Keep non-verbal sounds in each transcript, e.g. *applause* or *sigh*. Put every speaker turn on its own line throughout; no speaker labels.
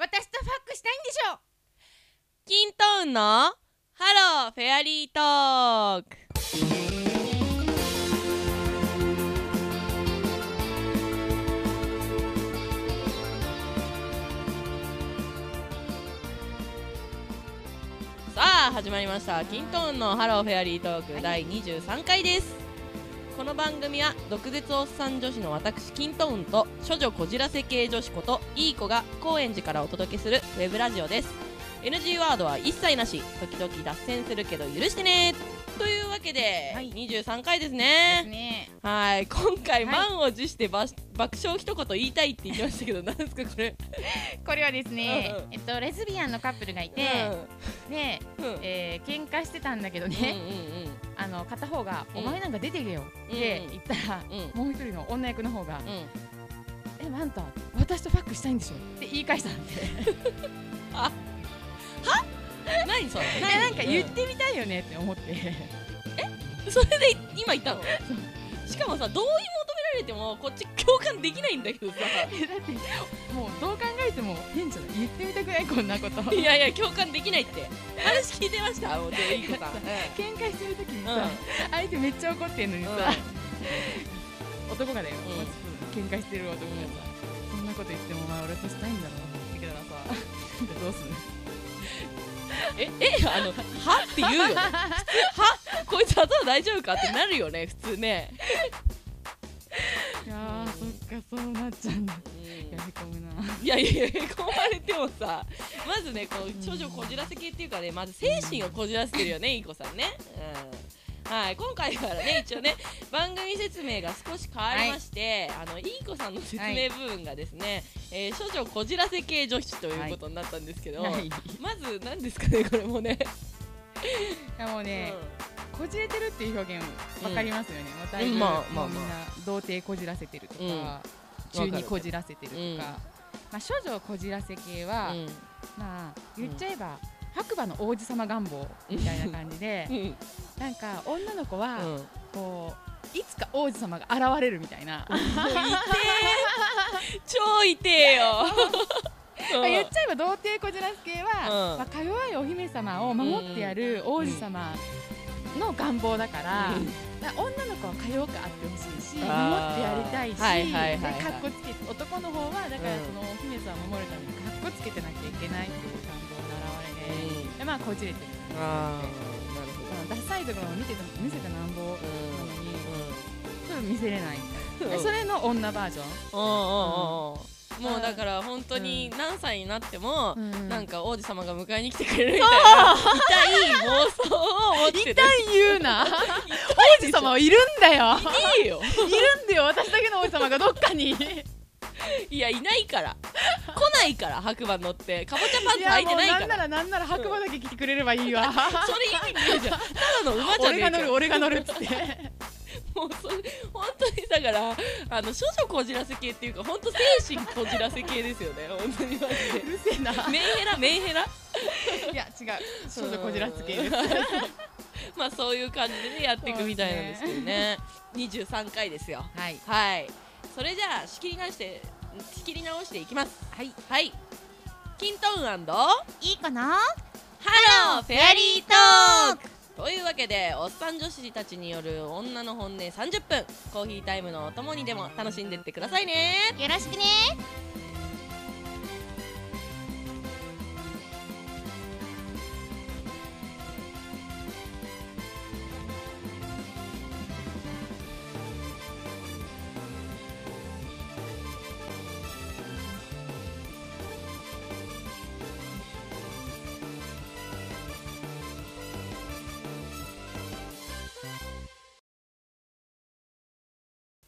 したいんでしょう
キントーンのハローフェアリートークさあ始まりましたキントーンのハローフェアリートーク、第23回ですこの番組は毒舌おっさん女子の私キントーンと処女こじらせ系女子こといい子が高円寺からお届けするウェブラジオです NG ワードは一切なし時々脱線するけど許してねというわけで、
はい
23回です
です
ね
ね
はい今回、
はい
満を持してばし爆笑一言言いたいって言ってましたけど何ですかこれ、
これはですね、
うんうん
えっとレズビアンのカップルがいて、で、
うんうん
えー喧嘩してたんだけどね、あの片方が、
うん
お前なんか出てけよ」って
うん
言ったら、
うんうんうん
もう一人の女役の方が「
うん
えあんた私とファックしたいんでしょ」って言い返したんで
何それ
いやなんか言っ
う
てみたいよねって思 *laughs* って
んそれで今言ったのしかもさ同意求められてもこっち共感できないんだけどさ
だってもうどう考えても変じゃない言ってみたくないこんなこと
いやいや共感できないって話聞いてましたもうでいい子さん、う
喧嘩してる時にさ、
うん
相手めっちゃ怒ってんのにさ、
ん
男がだよ、
うん
まあ喧嘩してる男がさ、そんなこと言ってもお前俺としたいんだろうなって言ってたらさ *laughs* どうする
ええあの「は?」って言うよねはこいつ頭大丈夫かってなるよね普通ね、
いやーそっかそうなっちゃうんだいやへこむな、
いやいやいやへこまれてもさまずねこう少女こじらせ系っていうかねまず精神をこじらせてるよねいい子さんね、うん、はい今回からね一応ね番組説明が少し変わりまして、あのいい子さんの説明部分がですね、えー少女こじらせ系女子ということになったんですけど、
はいい
まず何ですかねこれもね、
やもうね、こじれてるっていう表現わかりますよね、まあだいぶ、
うんまあまあまあ
もうみんな童貞こじらせてるとか、
うん
中二こじらせてるとか、
うん
まあ少女こじらせ系は、
うん
まあ言っちゃえば、白馬の王子様願望みたいな感じで
う、ん
なんか女の子
う
は、
ん
こういつか王子様が現れるみたいな、あ
もう痛え超痛えようん
言っちゃえば童貞こじらす系は、
うん
まあ、か弱いお姫様を守ってやる王子様の願望だから,、
うん
女の子はか弱くあってほしいし守って
あー
やりたいし、
はいはいはいはい
でかっこつけて男の方はだから
うん
そのお姫様を守るためにかっこつけてなきゃいけないっていう願望の表れで,、
う
でまあこじれてる、
あーなる
うん、ダサいところを見てても見せたなんぼ
ほど
なのに
うん
ちょっと見せれないみたいな
うん
それの女バージョン。
うんうんうんうんもうだから本当に何歳になっても、
うん
なんか王子様が迎えに来てくれるみたいな痛い妄想を持って
痛
る
い言うな王子様はいるんだよ
いいよ
いるんだよ私だけの王子様がどっかに
いやいないから来ないから白馬乗ってかぼちゃパンツ履いて
もう
ない
な
か
んな
ら
らなんなら白馬だけ来てくれればいいわ
それ意味ないじゃんただの馬じゃね
*laughs* 俺
えか
が乗る俺が乗るっつって *laughs*
もうそれ本当にだからあの少女こじらせ系っていうか本当精神こじらせ系ですよね本当にマジで
うるせえな
メンヘラメンヘラ
いや違う少女こじらす系です
うんまあそういう感じでねやっていくみたいなんですけどね23回ですよ
はい
はいそれじゃあ仕切り直して仕切り直していきます
はい
はいキントーンハ
いいかな
ローフェアリートークというわけでおっさん女子たちによる女の本音30分コーヒータイムのお供にでも楽しんでってくださいね
よろしくね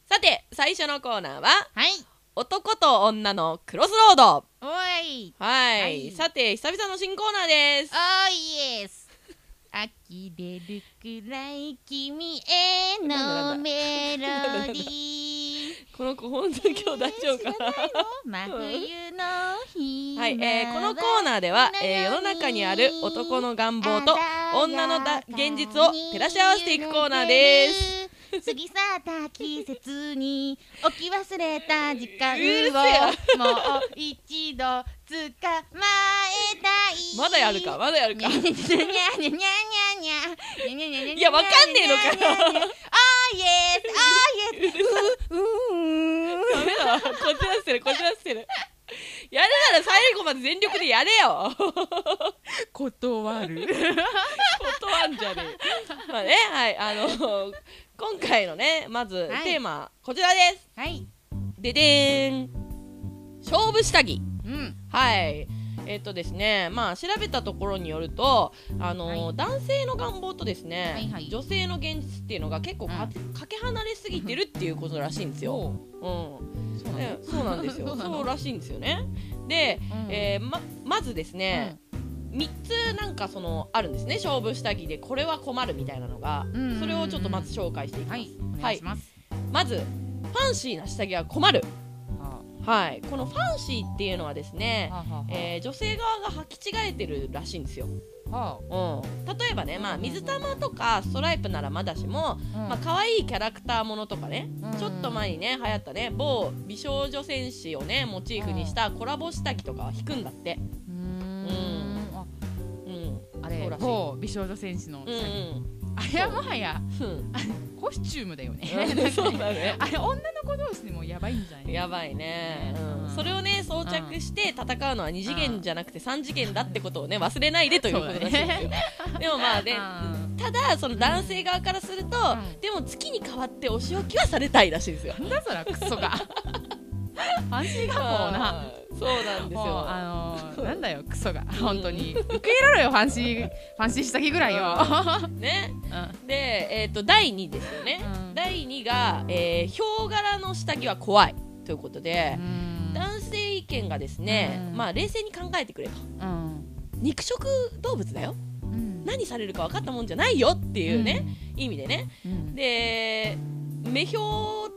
さて最初のコーナーは
はい
男と女のクロスロード
おい
はい、
はい
さて久々の新コーナーです
おいイエス呆れるくらい君へ
の
メロ
ディ
ー
この子本当に今日大丈夫かな
真
冬
の日
はい、えーこのコーナーでは、えー世の中にある男の願望と女のだ現実を照らし合わせていくコーナーです
す過ぎ去った季節に置き忘れた時間
うるせえ
をもう一度捕まえ
まだやるかまだやる
にゃ
か
にゃにゃにゃにゃにゃにゃにゃにゃにゃにゃにゃにゃにゃにゃにゃにゃ
いやわかんねえのかよ
にゃにゃにゃにゃあーイエスあーイエスうううう
ダメだわこじらせてるこじらせてるやるなら最後まで全力でやれよ
断る
断んじゃねえまあねはいあの今回のねまず、
はい
テーマこちらです
はい
ででーん勝負下着
うん
はいえっ、とですねまあ調べたところによるとあの、
はい
男性の願望とですね、
はいはい
女性の現実っていうのが結構か,、かけ離れすぎてるっていうことらしいんですよ、
おう
うん
そうなの
ねそうなんで
*laughs*
すよ
そうな
そ
の
うらしいんですよねで、えーままずですね、3つなんかそのあるんですね勝負下着でこれは困るみたいなのが、
うんうんうん
それをちょっとまず紹介していきます、
はいお願いします
まずファンシーな下着は困る
は
はいこのファンシーっていうのはです
あ
ね、
はあはあ
えー女性側が履き違えてるらしいんですよ、うん、
は
例えばね、まあ、
うんうんうん
水玉とかストライプならまだし
あ
も、
うん
まあ可愛いキャラクターものとかね、
うん
ちょっと前にね流行ったね某美少女戦士をねモチーフにしたコラボ下着とかは引くんだって、
うーんあ
うん、
あ
そう
れ
らしい
某美少女戦士の
うんうん
あれはもはや
うん
コスチュームだよね
*laughs* そうだね
*laughs* あれ女の子同士でもやばいんじゃない
やばいね、
うん
うんそれをね装着して戦うのは2次元じゃなくて3次元だってことをね忘れないでということらしいんですよ、でもまあね
うん
ただその男性側からする
う
と、
ん
でも月に代わってお仕置きはされたいらしいですよ
なんだそらクソ
*laughs*
が安心がもうな
うんそうなんです
もう
よ
あのー、なんだよクソが本当に受け入れろよファンシーファンシー下着ぐらいよ、
ね
うん
でえっ、と第2ですよね、
うん
第2が、えー、ヒョウ柄の下着は怖いということで、男性意見がですね、
うん
まあ冷静に考えてくれと
うん
肉食動物だよ
うん
何されるか分かったもんじゃないよっていうね、意味でね
うん
で目標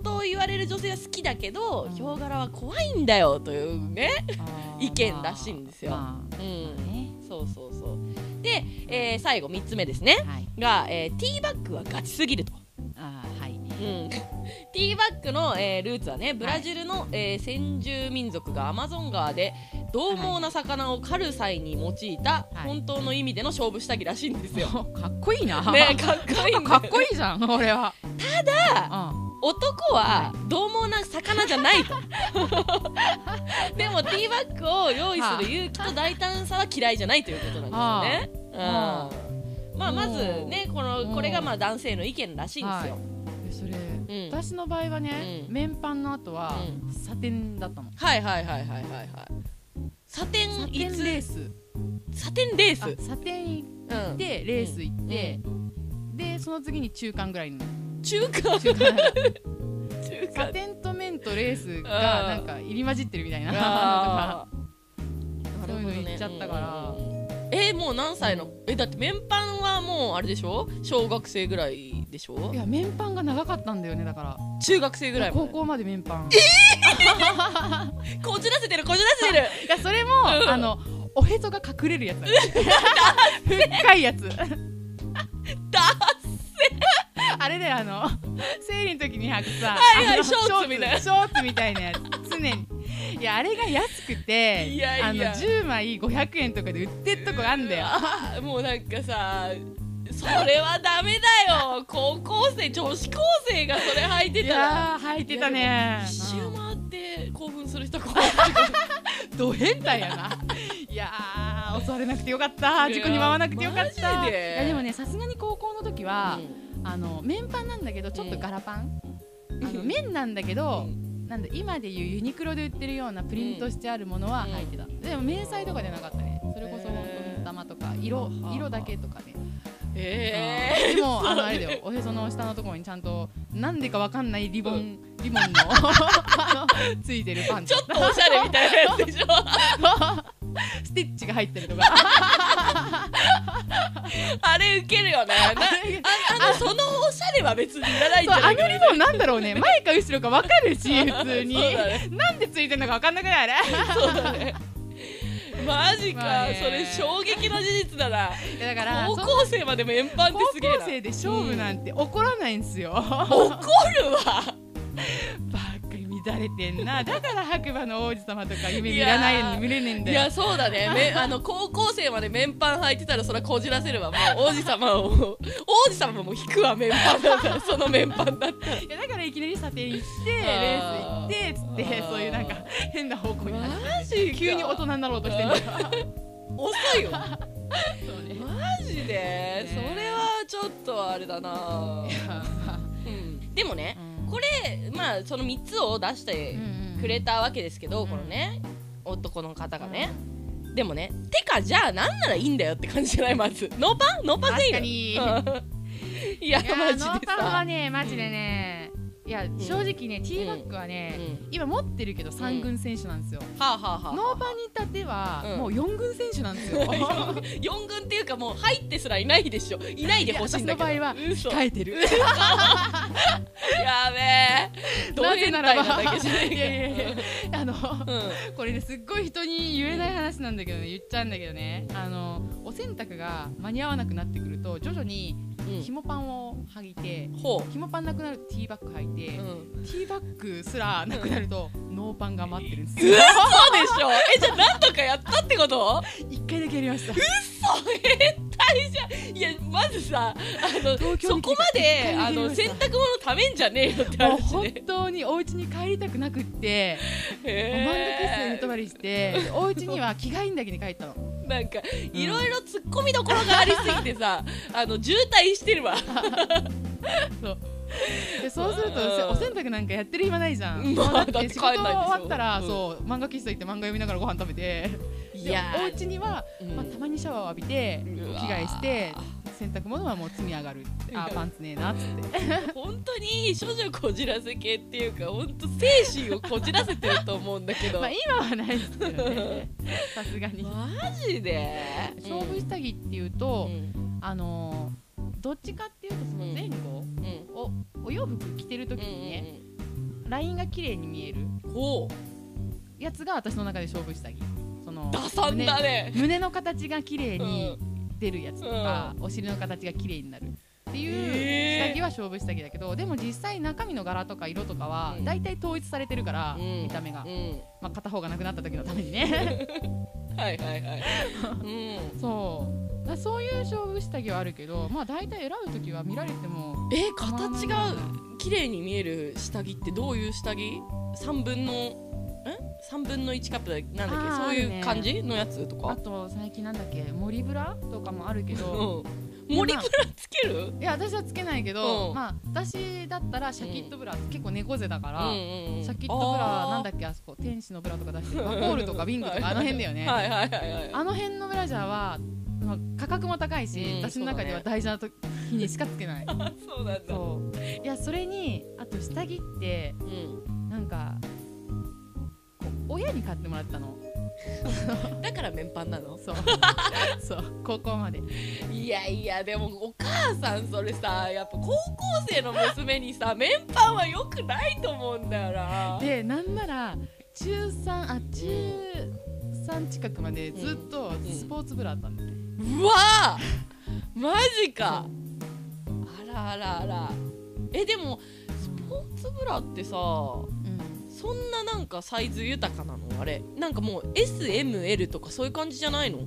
と言われる女性は好きだけどヒョウ柄は怖いんだよというね、
あー
意見らしいんですよ
まあ
うん、
ね
そうそうそうで、えー最後3つ目ですね
はい
が、えーティーバッグはガチすぎると、
あーはい
うん *laughs* ティーバッグの、えールーツはねブラジルの、えー先住民族がアマゾン川で獰猛な魚を狩る際に用いた
はい
本当の意味での勝負下着らしいんですよ、 *laughs*
*laughs* かっこいいな、
ねかっこいいんだよね
かっこいいじゃん俺はただ、
男は獰猛な魚じゃないと *laughs* でもティーバッグを用意する勇気と大胆さは嫌いじゃないということなんですよね、
はあ
うんまあまずねこの
うん
これがまあ男性の意見らしいんですよ、
うんえそれ、
うん
私の場合はね、
うん
面パンの後は、
う
サテンだったの
はい、はいはいはいはいはいサテン
サテ
い
ン
つ
レース
サテンレース
あサテン行
う
っ
ん
てレース行って、でその次に中間ぐらいの
中間
中
*laughs*
間
中
サ
間
テンと麺とレースが
あー
なんか入り混じってるみたいなとか
あ
な
ー
るほどねそういうの行っちゃったから
うんうんうんえーもう何歳のえだってメンパンはもうあれでしょ小学生ぐらいでしょ
*laughs* いや麺パンが長かったんだよねだから
中学生ぐらいまで
高校まで麺パン
こじらせてるこじらせて
*laughs*
る
いやそれも、あのおへそが隠れるやつだね深いやつ
ダ
あれだよあの生理の時に履くさ
はいはい
あの
ショーツみたいな
ショーツみたいなやつ常にいやあれが安くて
いやいや
あの10枚500円とかで売ってるとこあんだよ
あ *laughs* もうなんかさそれはダメだよ高校生女子高生がそれ履いて
い
たら
やー履いてたね
一周回って興奮する人怖い
ド変態やないやー襲われなくてよかった事故に遭わなくてよかった
いやマジで
いやでもねさすがに高校の時は、あの麺パンなんだけどちょっと柄パン、
ん
あの麺なんだけど、なんだ今でいうユニクロで売ってるようなプリントしてあるものは入ってた、でも明細とかじゃなかったねそれこそ本当に玉とか色色だけとかね、
*laughs* え
うんでもあのあれだよおへその下のところにちゃんとなんでかわかんないリボン、リボンのあのついてるパン
ちょっとおしゃれみたいなやつでしょ *laughs*
スティッチが入ってるとか
あれウケるよねなああのそのおしゃれは別にいらないんじ
そう
ゃな
あ
いか
のリボンなんだろうね前か後ろかわかるし普通に、
そうだね
なんでついてるのかわかんなくないあれ
そう
*laughs*
だねマジか、
まあね
それ衝撃の事実だない
やだから
高校生までも円盤っ
高
て
校
すげえな
生で勝負なんて怒らないんですよ。
怒るわ
ばっかり水乱れてんなだから白馬の王子様とか夢見らないのに見れねえんだ
い
よ
やそうだね *laughs* めあの高校生まで面パン履いてたらそれはこじらせるわもう王子様を王子様も引くわ面パンだったらその面パンだったら
いやだからいきなり査定行ってレ
あ
ー
ー
ス行ってつって
あー
そういうなんか変な方向に走って
マジ
急に大人になろうとしてんだよ
遅いよ
そうね
マジでそれはちょっとあれだな、うんでもねこれまあその3つを出してくれたわけですけど、
うん
このね男の方がね、でもねてかじゃあなんならいいんだよって感じじゃないまずノーパンノーパンでいいの
確
うんいや
いや
マ
ー
ジで
ノ
さ
ーパンはねマジでねいや正直ねティーバッグは
う
ね
ん
今持ってるけど三軍選手なんですよ
はあはあはあ
ノーパンに至っては
うん
もう四軍選手なん
*laughs*
ですよ
四軍っていうかもう入ってすらいないでしょいないでほしいんだけど
いや私の場合
嘘
控えてる
やべえ
なぜならば
同年代なだけじゃない
い
か
やいやいやあの
うん
これねすっごい人に言えない話なんだけどね言っちゃうんだけどねあのお洗濯が間に合わなくなってくると徐々に
うん
紐パンを履いて
ほ
紐パンなくなるとティーバッグ履いて
う、うん
ティーバッグすらなくなるとノーパンが待ってるんです
嘘で
よ
しょえじゃあ何とかやったってこと
一回だけやりま
*laughs*
した
そう変態じゃんいやまずさあの
東京
そ
に来て
こまで
一
あ
回
の
見て
洗
みました
濯物ためんじゃねえよって
もう
話
本
ね
当にお家に帰りたくなくって、もう漫画喫茶に寝泊まりしてでお家には着替えんだけに帰ったの
なんかいろいろ突っ込みどころがありすぎてさあの渋滞してるわ
でそうすると
うん
お洗濯なんかやってる暇ないじゃん、
まあ
もう
だって
仕事
帰んないでし
終
ょ
わったら、
うん
そう漫画喫茶行って漫画読みながらご飯食べて
い
でお家には、
うん
まあ、たまにシャワー浴びて
う
お
わ
着替えして洗濯物はもう積み上がるってあーパンツねえなっつって
本当に処女こじらせ系っていうか本当精神をこじらせてると思うんだけど、
まあ今はないですけど
*laughs*
ねさすがに
マジで
勝負下着っていうと、
うん
あのーどっちかっていうとその前後
うん
をお洋服着てる時にね、ラインが綺麗に見える
うんほ
やつが私の中で勝負下着その
う打算だね
胸胸の形が綺麗に出るやつとか、お尻の形が綺麗になるってい
へー
う下着は勝負下着だけど、でも実際中身の柄とか色とかは
うん
大体統一されてるから、
うん
見た目が、
うん
まあ、片方がなくなった時のためにね
はいはいはい。う
*laughs*
ん。
そうだからそういう勝負下着はあるけどまあ大体選ぶ時は見られても
え形が綺麗に見える下着ってどういう下着？三分のん？三分の一カップだなんだっけ
あー
そう
ある
いう
ね
感じのやつと
あ
か。
と最近なんだっけ森ブラとかもあるけ
う
ど
ん。森ブラつける？
いや私はつけないけど、
うん
まあ私だったらシャキッとブラ、結構猫背だから、
うんうん。
シャキッとブラなんだ
っ
っけあそこ天使のブラとか出
*laughs*
してるワコールとかビングとかあの辺だよね、
はいはいはいはい。
あの辺のブラジャーは、まあ、価格も高いし、
うん
私の中では
そう
大事な時にしかつけ
*laughs*
ない
そうなんだ。
そういやそれにあと下着って
う
なんかこう親に買ってもらった
*laughs*
の
ん。だから面パンなの。
そうそう高校まで
いやいやでもお母さんそれさやっぱ高校生の娘にさ面パンは良くないと思うんだよな。
でなんなら中3あ中3近くまでずっと
ん
スポーツブラだったんだよね、
うわあマジかあらあらあらえでもスポーツブラってさそんななんかサイズ豊かなのあれなんかもう SML とかそういう感じじゃないの
い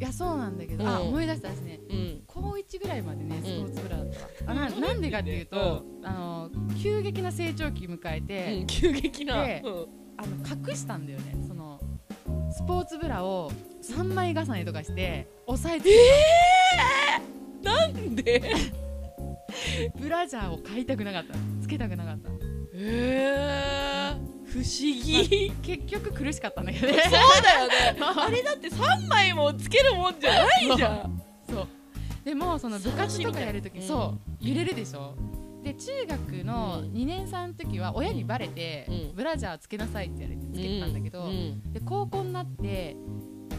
やそうなんだけど、
うん
あ思い出したですね
うん
高1ぐらいまでねスポーツブラだったわ、あな
うん
なんでかっていうと、あの急激な成長期迎え
うん
て、
急激な
で
うん
あの隠したんだよねそのスポーツブラを3枚重ねとかして押さえて、
なんで
ブラジャーを買いたくなかったのつけたくなかったの
えー、不思議
結局苦しかったんだけどね
そうだよねあれだって3枚もつけるもんじゃ
*laughs*
ないじゃん
そうでもその部活とかやるとき
うん
そう揺れるでしょで中学の
うん
2年3の時は親にバレて、
うん
ブラジャーつけなさいって言われてつけてたんだけど、
うん
で高校になって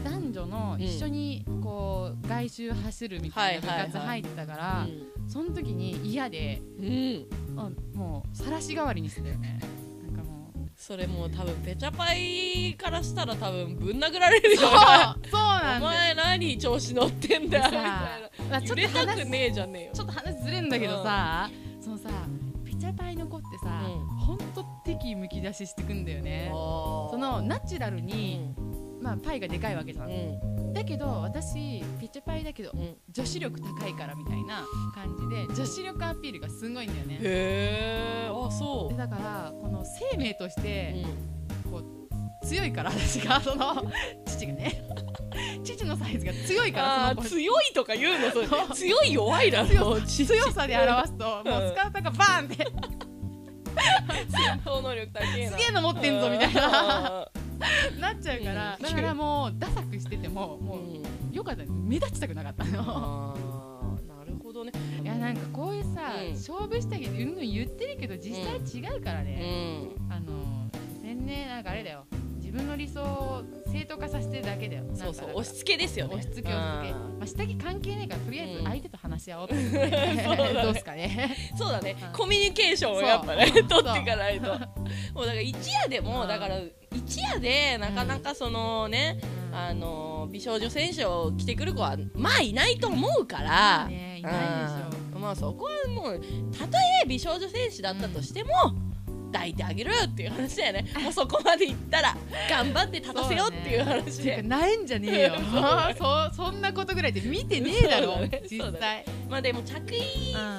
男女の一緒にこう外周走るみたいな部
はいはいはい
活入ってたから、
う
その時に嫌で
んうん
あもう晒し代わりにしてたよねなんかもう
それもう多分ペチャパイからしたら多分ぶん殴られるよ
そう
な
そうな
お
んだよ
前何調子乗ってんだよみたい
さあまあ
な
ちょ
揺
っと
れた
話
くねえじゃねえよ
ちょっと話ずれんだけどさ、そのさペチャ屋台の子ってさ、
うん
ほんと敵むき出ししてくんだよねそ
そ
のナチュラル
う
に、
ん
まあパイがでかいわけじゃ、
うんん
だけど私ピッチャパイだけど
うん
女子力高いからみたいな感じで女子力アピールがすごいんだよね
へえあそ
でだからこの生命として、
う
強いから私がその父がね *laughs* 父のサイズが強いからそ
あ
の子
ー強いとか言うのそれ
そう
強い弱いだろ
強さで表すともうスカウターがバーンって
超能力高え
す
な
げえの持ってんぞみたいな
あ
なっちゃうから
うん
だからもうダサくしてても
ー
も
う
うんよかった目立ちたくなかったの
あーなるほどね
いやなんかこういうさ
うん
勝負下着でうんうん言ってるけど実際違うから
う
ね
ん
あの全然なんかあれだよ自分の理想を正当化させてるだけだよなんか
そうそう
だから
押し付けですよね
押し付け押し付け
あ
まあ下着関係ないからとりあえず相手と話し合おうって、
*laughs* そうだね
どうすかね
ーそうだね
うん
コミュニケーションを
そう
やっぱね取ってい
そう
かないともうだから一夜で
う
も
ん
だから一夜でなかなかそのねあの美少女選手を着てくる子はまあいないと思うから
ねいないでしょ
うんまあそこはもうたとえ美少女戦士だったとしても、抱いてあげるっていう話だよねもうそこまでいったら頑張って立たせようっていう話
てか
で
なえんじゃねえ
*laughs*
よそうそんなことぐらいで見てねえだろ
そうだね
実
そうだ
際
まあでも着衣
うん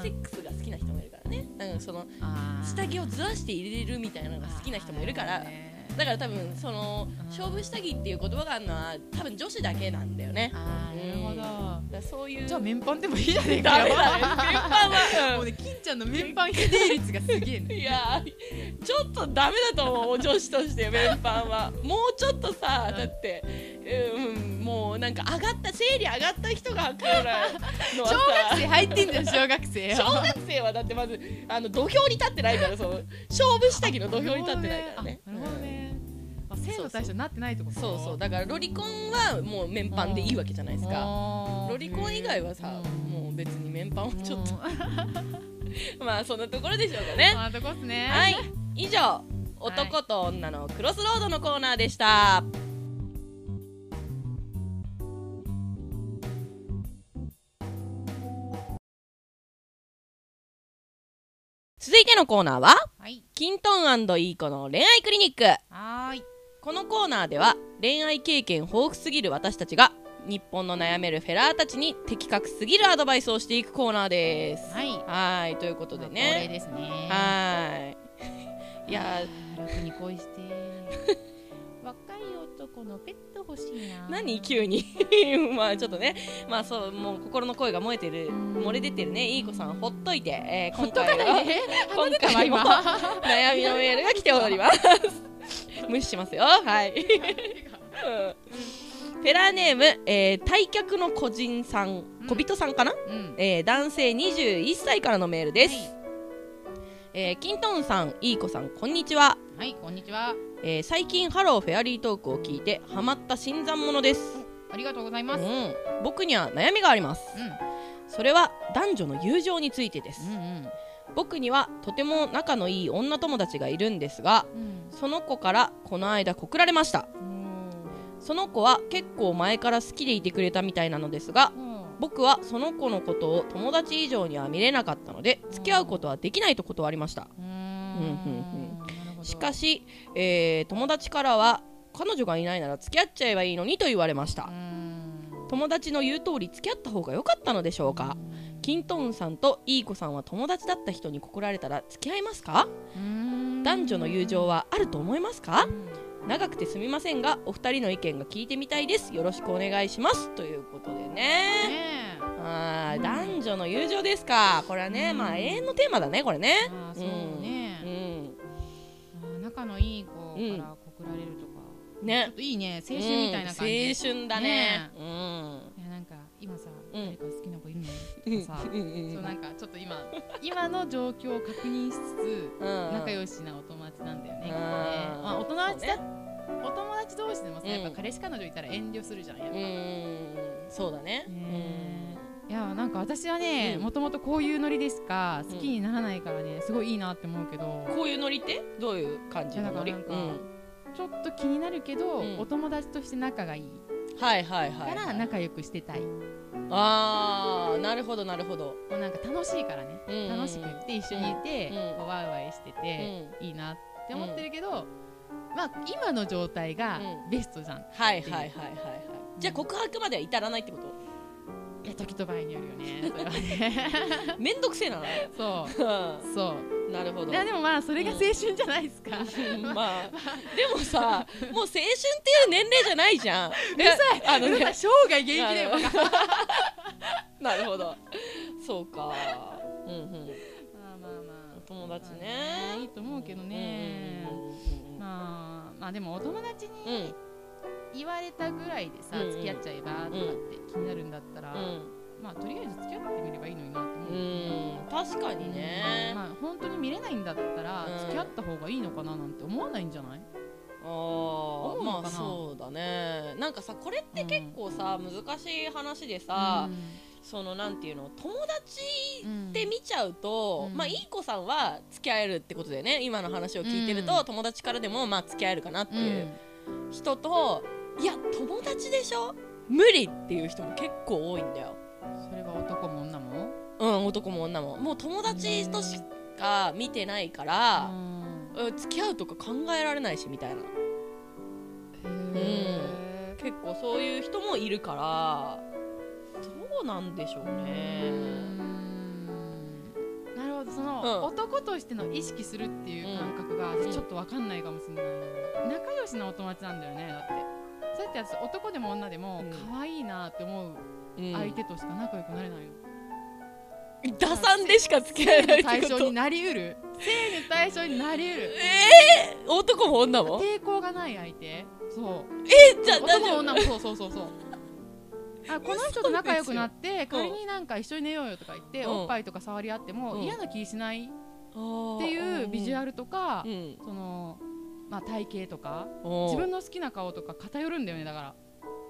セックスが好きな人もいるからね、うん、その
あー
下着をずらして入れるみたいなのが好きな人もいるから
あーね
だから多分その
うん
勝負下着っていう言葉があるのは多分女子だけなんだよね
あーなるほど
だからそういう
じゃあ
ダメ
麺パンでもいいじゃねえか
だね
よ
メンパンは、
も
う
うね金ちゃんの麺パン比例率がすげえ
ん
ね
いやーちょっとダメだと思う女子としてメンパンはもうちょっとさだって、うん、もうなんか上がった生理上がった人が履くようなのは
小
さ
学生入ってんじゃん小学生よ
小学生はだってまずあの土俵に立ってないからその勝負下着の土俵に立ってないからね。
なるほどねあ性の対象になってないってこ
うん
と
そうそうだからロリコンはもう面パンでいいわけじゃないですか。
あー
ロリコン以外はさ
うん
もう別に面パンはちょっ
うん
と *laughs* まあそんなところでしょうかね。
あーとこっすね
はい以上男と女のクロスロードのコーナーでした。続いてのコーナーは
はい
キントンいい子の恋愛クリニック
はーい
このコーナーでは恋愛経験豊富すぎる私たちが日本の悩めるフェラーたちに的確すぎるアドバイスをしていくコーナーです
はい
はーいということで
まあ恒例
ね
ですね
はーいいや
あー楽に恋して
*laughs*
若い男のペット欲しいな
ー何急に *laughs* まあちょっとねまあそうもう心の声が燃えてる漏れ出てるねいい子さんほっといて、えー、
ほ
今
っと
回
か
の
ないで
今回は
は今
悩みのメールが来てお
*laughs*
ります無視しますよはいうんフェラーネーム、えー、退却の個人さん
うん
小人さんかな、
うん
えー男性21歳からのメールです、
はい
えーキントンさんいい子さんこんにちは、
はいこんにちは
えー最近ハローフェアリートークを聞いてハマった新参者です、
ありがとうございうますうん
ん、僕には悩みがありますそれは男女の友情についてです、
うん
僕にはとても仲のいい女友達がいるんですがその子からこの間告られました
うん
その子は結構前から好きでいてくれたみたいなのですが僕はその子のことを友達以上には見れなかったので付き合うことはできないと断りました
うんう
うん
ん
しか
し
し、えー友達からは彼女がいないなら付き合っちゃえばいいのにと言われました友達の言う通り付き合った方が良かったのでしょうかキントーンさんといい子さんは友達だった人に告られたら付き合いますか男女の友情はあると思いますか長くてすみませんがお二人の意見が聞いてみたいですよろしくお願いしますということでね
ねえ
あー男女の友情ですかこれはねまあ永遠のテーマだねこれね
あーそう
う
ね
ん
あー仲のいい子から告られるとかちょ
ね
っといいね青春みたいな感じ
うん青春だね
ね
うん
いやなんか今さ、
うん
誰か好きな子いるの
うん
とかさ、そう
う
なんかちょっと今今の状況を確認しつつ
ん
仲良しなお友達なんだよね。
うん
きっとねまあお友達だ、
そ
お友達同士でもさ、
うん
やっぱ彼氏彼女いたら遠慮するじゃん。やっぱ
ううんそうだね
ねいやなんか私はね、
うん
もともとこういうノリでしか
ん
好きにならないからね、すごいいいなって思うけど
う、んこういうノリってどういう感じのノリ
いやだから
う
なん
ん
ちょっと気になるけど、
うん
お友達として仲がいい
はいはいはい
から仲良くしてたい。
うんあーなるほどなるほど、
もうなんか楽しいからね、
うん
楽しくって一緒にいて、
うん
こうワイワイして
う
て、
ん、
いいなって思ってるけど、まあ今の状態が
うん
ベストじゃん、
はいはいはいはいはいじゃあ告白までは至らないってこと
いや時と場合によるよねそれは
*laughs*
ね
めんどくせえな
そ
うん
うそ
なるほ
う
ど
いやでもまあそれが青春じゃないです *laughs* か、
まあでもさもう青春っていう年齢じゃないじゃんう
るさ
いあの
うるさ
ね
い生涯現役だよ
あのなるほどそうかうんうん
まあまあま
お
あ
友達ね
まあいいと思うけどね、
うんうんうんうん
まあまあでもお友達に
うん
言われたぐらいでさ、
うんうん
付き合っちゃえばとかって気になるんだったら、
う
まあとりあえず付き合ってみればいいのになと思う、
ん、うん、確かにね、
まあ本当に見れないんだったら
うん
付き合った方がいいのかななんて思わないんじゃない、
あー
うのかな
まあそうだねなんかさこれって結構さ、難しい話でさ、そのなんていうの友達
うん
って見ちゃうと、
うん
まあいい子さんは付き合えるってことだよね今の話を聞いてると、
うん
友達からでもまあ付き合えるかなって
う
いうん人と、いや友達でしょ無理っていう人も結構多いんだよ
それは男も女も
うん男も女ももう友達としか見てないから、
うん
うん付き合うとか考えられないしみたいな
へ
結構そういう人もいるからどうなんでしょう
ーう
ね
んなるほどそ
うん
の男としての意識するっていう感覚が
うん
ちょっとわかんないかもしれない仲良しのお友達なんだよねだってそうやって私男でも女でも
うん
可愛いなって思う
うん
相手としか仲良くなれないの
打算でしか付き合えないっ
対
て
象
こと
になりうる性の対象になりうる
えー、男も女も
抵抗がない相手そう
じゃあ
男
大
も
丈夫
女もそうそうそうそうあこの人と仲良くなって
そうですよ
仮になんか一緒に寝ようよとか言って、
うん
おっぱいとか触り合っても、
うん
嫌な気しないっ
って
いうビジュア
ル、
ルとか、
うん、
その、まあ、体型とか
自
自分の好きな顔とか偏るんだよねだから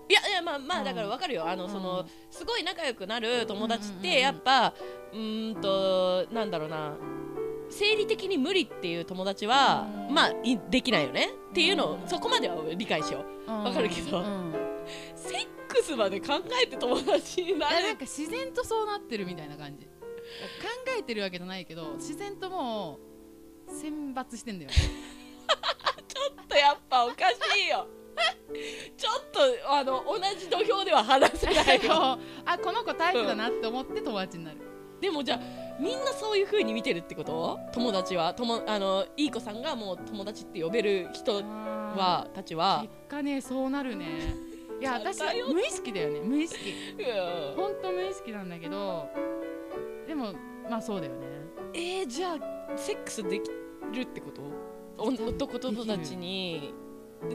いやいやまあま
う
あ
ん
だからわかるよあの、
うん
そのすごい仲良くなる友達っ
うんうんうんう
て
ん
やっぱうーんとなんだろうな生理的に無理っていう友達は、
うん
まあいできないよねっていうのを、
うん
そこまでは理解しよう
わ
わかるけどセックスまで考えて友達にな
な
れ
ん
る
か自然とそうなってるみたいな感じ考えてるわけじゃないけど自然ともう選抜してん
*laughs*
だよね
とやっぱおかしいよ *laughs* ちょっとあの同じ土俵では話せ
*laughs*
ないよ
こうあこの子タイプだなって思って友達になる、
でもじゃあみんなそういう風に見てるってこと友達はともあのいい子さんがもう友達って呼べる人はたちは
結果ねそうなるねいや私
偏って
無意識だよね無意識
うん
ほんと無意識なんだけどでもまあそうだよね
えー、じゃあセックスできるってことお男友達に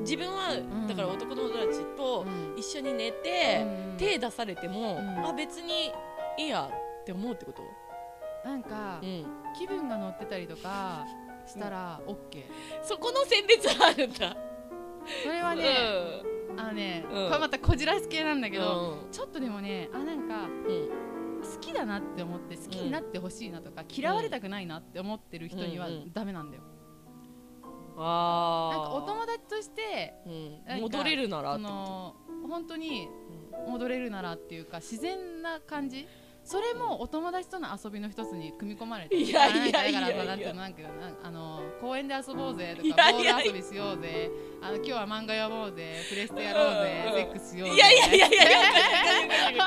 自分は、
ん
だから男友達と一緒に寝て、
うん
手出されても、
うん
あ別にいいやって思うってこと、
なんか、
ん、
気分が乗ってたりとかしたら OK、
そこの選別はあるんだ
それはね、あのね、
ん
これまたこじらす系なんだ
うん
けど、ちょっとでもねあなんか
うん
好きだなって思って好きになってほしいなとか、嫌われたくないなって思ってる人には
うんうん
ダメなんだよ、
あー
なんかお友達として
うん
なんか
戻れるなら
そ
ってこ
の本当に
と
戻れるならっていうか自然な感じそれもお友達との遊びの一つに組み込まれて
いやいやいやいや
だからなんてなんかなんかあの公園で遊ぼうぜとか
いやいやいや
ボール遊びしようぜあの今日は漫画やろうぜプレステやろうぜ
うんうん
セックスしようぜ
いやいやいやいやいやいやい
*laughs*
や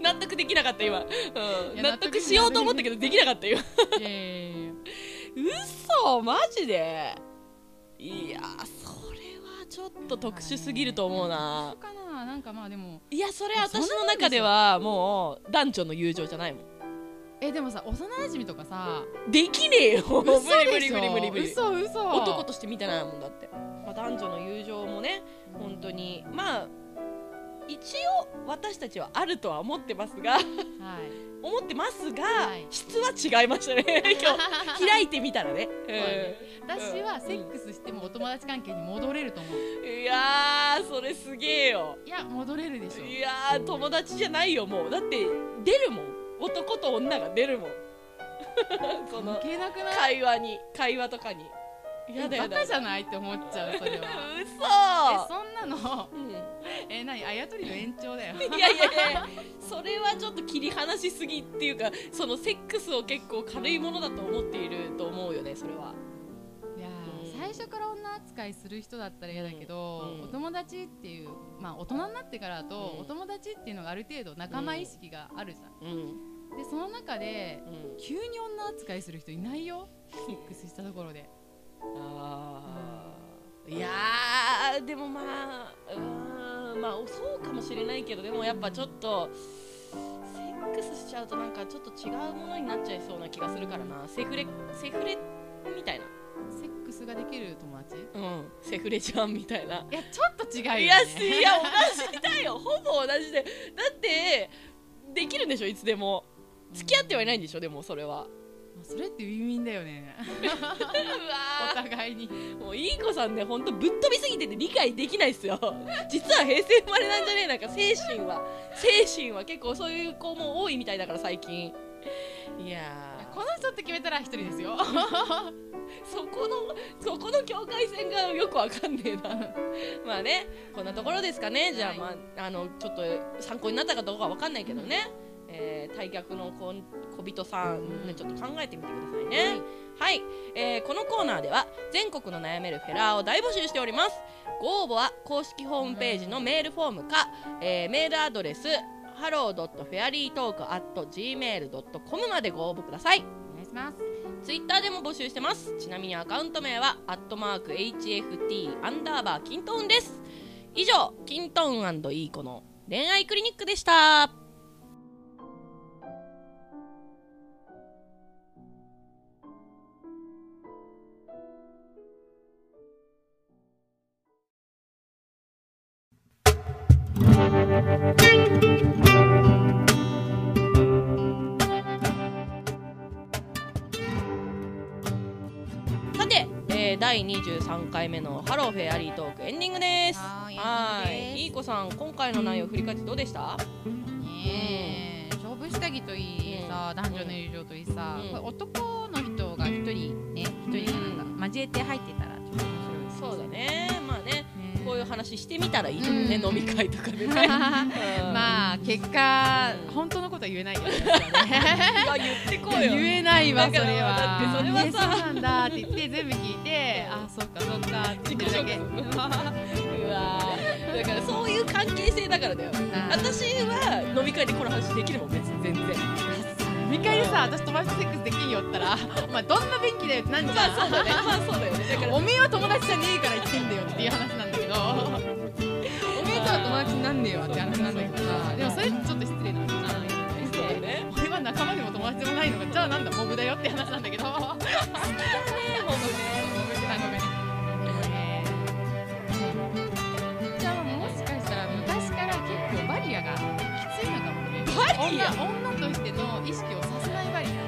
納得できなかった今、うん、
いや
納得しようと思ったけどできなかった今
いやいやいや
嘘マジでいやそれはちょっと特殊すぎると思うな
そうかななんかまあでも
いやそれ私の中ではもう男女の友情じゃないもん
えでもさ幼馴染とかさ
できねえよ無
*laughs* 嘘
理無
で
理
し
無理無理
ょ
無理
嘘嘘
男として見てないもんだって、まあ、男女の友情もね本当にまあ一応私たちはあるとは思ってますが
はい
思ってますが、
はい
質は違いましたね
*laughs*
今日開いてみたらね、
だね私はセックスしてもお友達関係に戻れると思う
うんいやーそれすげえよ
いや戻れるでしょ
いやー友達じゃないよもうだって出るもん男と女が出るもん *laughs* そ
関
の
係なくない
会話に会話とかにやだや
バ
だ
*laughs* カじゃないって思っちゃうそれは
嘘
えそんなの *laughs*
うん
え何あやとりの延長だ *laughs* よ
いやいやいやそれはちょっと切り離しすぎっていうかそのセックスを結構軽いものだと思っていると思うよねそれはい
やー
うん
最初から女扱いする人だったら嫌だけど、
うん
お友達っていうまあ大人になってからだと、
うん
お友達っていうのがある程度仲間意識があるじゃん、
うん
でその中で
うん
急に女扱いする人いないよセックスしたところで
あーいやーでもまあうーんまあそうかもしれないけどでもやっぱちょっとセックスしちゃうとなんかちょっと違うものになっちゃいそうな気がするからなセフレセフレみたいな
セックスができる友達い
うんセフレちゃんみたいな
やちょっと違うよ、ね、
いやす
*laughs*
いや同じだよほぼ同じでだってできるんでしょいつでも付き合ってはいないんでしょでもそれ *laughs* は
まあそれってウィンウィンだよね
う
*laughs* お
わ
互いに
ーもういい子さんねほんとぶっ飛びすぎてて理解できないっすよ *laughs* 実は平成生まれなんじゃねえなんか精神は精神は結構そういう子も多いみたいだから最近いやー
この人って決めたら一人 *laughs* ですよ
そこのそこの境界線がよくわかんねえな *laughs* まあねこんなところですかねじゃあ,、
はい
まあ、あのちょっと参考になったかどうかはわかんないけどね、えー、退却のこん小人さん、ね、ちょっと考えてみてくださいねはい、えーこのコーナーでは全国の悩めるフェラーを大募集しておりますご応募は公式ホームページのメールフォームか、えーメールアドレスハロー .fairytalk.gmail.com までご応募ください
お願いします
ツイッターでも募集してますちなみにアカウント名はアットマーク HFT アンダーバーキントーンです以上キントーンいい子の恋愛クリニックでしたさて、えー、第23回目のハローフェアリートークエンディングです
はーいエンディングです
いいい子さん今回の内容振り返ってどうでした
ねえ勝負下着といいさ、男女の友情といいさ、
うん
これ男の人が一人ね一人がなんか交えて入ってたらちょっと面白い
そうだねまあね
ね
こういう話してみたらいいよね、
うん
飲み会とか
*laughs*
でねあ
まあ結果
本当のことは言えないよね
言って *laughs* こうよ
言えないわそ
だか
れ
ら
は
だってそれはさ
えそうなんだって言って全部聞いてあそっかそっかって
自
言
己
って
紹
るだ
介
け
う
*laughs*
わーだからそういう関係性だからだよ
あー
私は飲み会でこの話できるもん別に全然
見返りさ私友達とセックスできんよったらお前どんな便器だよってなんじ
まあ
ゃ
そうだねまあそうだよねだから
んおめえは友達じゃねえから言ってんだよっていう話なんだけどおめえとは友達になんねえわって話なんだけどさでもそれってちょっと失礼な話じゃない
そうだね
俺は仲間でも友達でもないのがじゃあなんだモブだよって話なんだけどなんかね
じゃあもしかしたら昔から結構バリアが
きついのかもね
バリア
女女としての意識をさせないバリア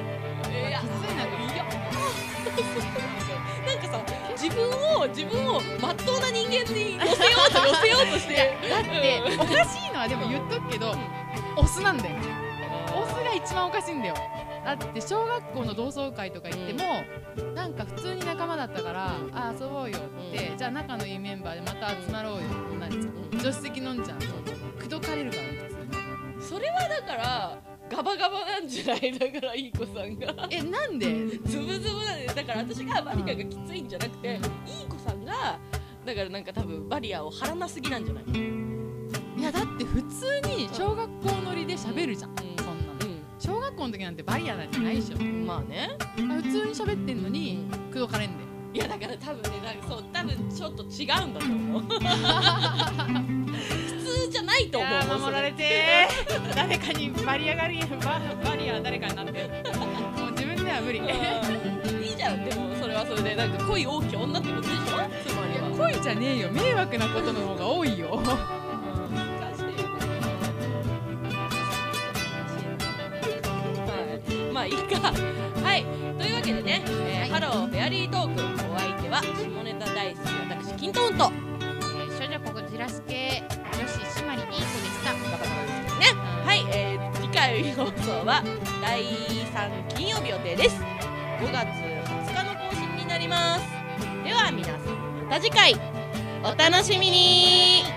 いや
きついな
なんかさ自分を自分をまっとうな人間に寄せようと寄せようとしてだっ
でおかしいのはでも言っとくけどオスなんだよオスが一番おかしいんだよだって小学校の同窓会とか行っても、なんか普通に仲間だったから、
うん
ああ遊ぼうよって、じゃあ仲のいいメンバーでまた集まろうよ女に助手席飲んじゃう口説かれるからね普通に
それはだからガバガバなんじゃないだからいい子さんが
えなんで
ズブズブなんでだから私がバリアがきついんじゃなくて、
う
いい子さんがだからなんか多分バリアを張らなすぎなんじゃない、
いやだって普通に小学校乗りで喋るじゃん、
うん
そんなの小学校の時なんてバリアなんてないでしょ、
うん、まあね
あ普通に喋ってんのに口説かれんで
いやだから多分ねなんかそう多分ちょっと違うんだと思う普通じゃないと思うもうそれ
てー *laughs* 誰かにバリアがりババリア誰かになってるもう自分では無理
うんいいじゃんでもそれはそれでなんか恋多き女ってことでしょつまりは
恋じゃねえよ迷惑なことの方が多い
*laughs*
よ
難しいよねはいまあいいかはいというわけでね、えーハローフェアリートークお相手は下ネタ大好き私キントーンと
少女ここじらすけ女子締まりにいい子でした
バカバカですけどねはい、えー次回放送は第3金曜日予定です5月20日の更新になりますでは皆さんまた次回お楽しみに